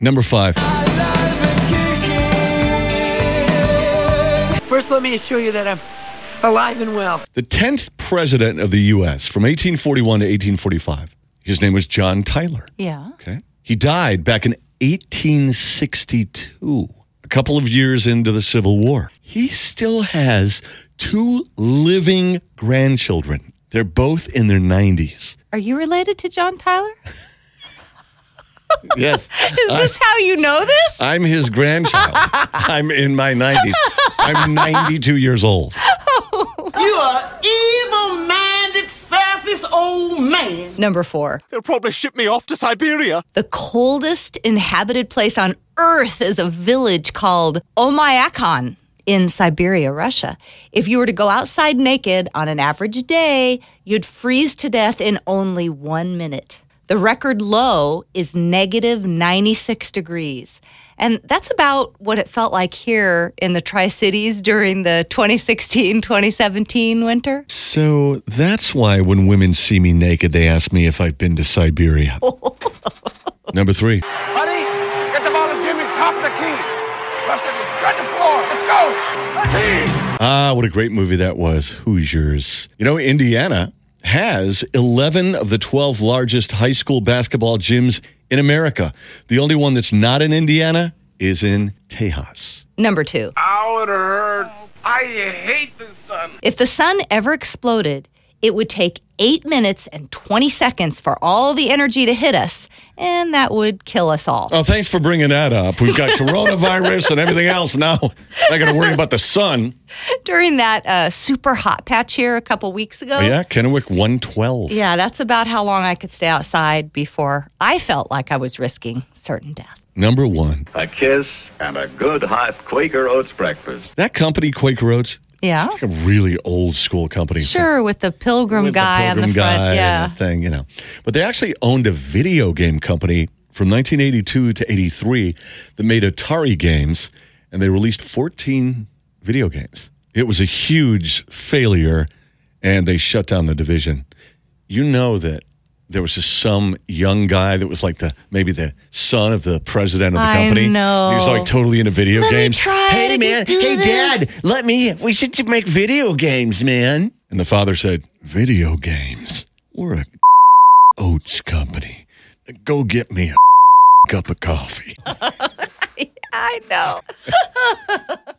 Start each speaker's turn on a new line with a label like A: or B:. A: Number five.
B: First, let me assure you that I'm alive and well.
A: The 10th president of the U.S. from 1841 to 1845. His name was John Tyler.
C: Yeah.
A: Okay. He died back in 1862, a couple of years into the Civil War. He still has two living grandchildren. They're both in their 90s.
C: Are you related to John Tyler?
A: Yes.
C: Is this how you know this?
A: I'm his grandchild. I'm in my 90s. I'm 92 years old.
D: You are evil minded, selfish old man.
C: Number four.
E: They'll probably ship me off to Siberia.
C: The coldest inhabited place on earth is a village called Omayakon in Siberia, Russia. If you were to go outside naked on an average day, you'd freeze to death in only one minute. The record low is negative 96 degrees. And that's about what it felt like here in the Tri Cities during the 2016 2017 winter.
A: So that's why when women see me naked, they ask me if I've been to Siberia. Number three.
F: Honey, get the ball to Jimmy. Top the key. Buster, just spread the floor. Let's go.
A: Ah, what a great movie that was. Hoosiers. You know, Indiana has 11 of the 12 largest high school basketball gyms in America. The only one that's not in Indiana is in Tejas.
C: Number two.
F: Ow, it hurts. I hate the sun.
C: If the sun ever exploded, it would take eight minutes and 20 seconds for all the energy to hit us, and that would kill us all.
A: Oh, thanks for bringing that up. We've got coronavirus and everything else now. Not going to worry about the sun.
C: During that uh, super hot patch here a couple weeks ago,
A: Oh, yeah, Kennewick 112.
C: yeah, that's about how long I could stay outside before I felt like I was risking certain death.
A: Number one.
G: a kiss, and a good hot Quaker Oats breakfast.
A: That company, Quaker Oats,
C: Yeah.
A: it's like a really old school company. So
C: Sure, with the pilgrim
A: with
C: guy
A: the
C: on
A: pilgrim
C: the front.
A: guy
C: yeah.
A: and the thing, you know. But they actually owned a video game company from 1982 to 83 that made Atari games, and they released 14 video games. It was a huge failure, and they shut down the division. You know that there was just some young guy that was like the maybe the son of the president of the
C: I
A: company.
C: know.
A: He was like totally into video
C: Let me
A: games.
C: try it.
A: hey
C: I can
A: man,
C: do
A: hey
C: this."
A: dad, let me. We should make video games, man. And the father said, "Video games? We're a oats company. Go get me a cup of coffee."
C: I know.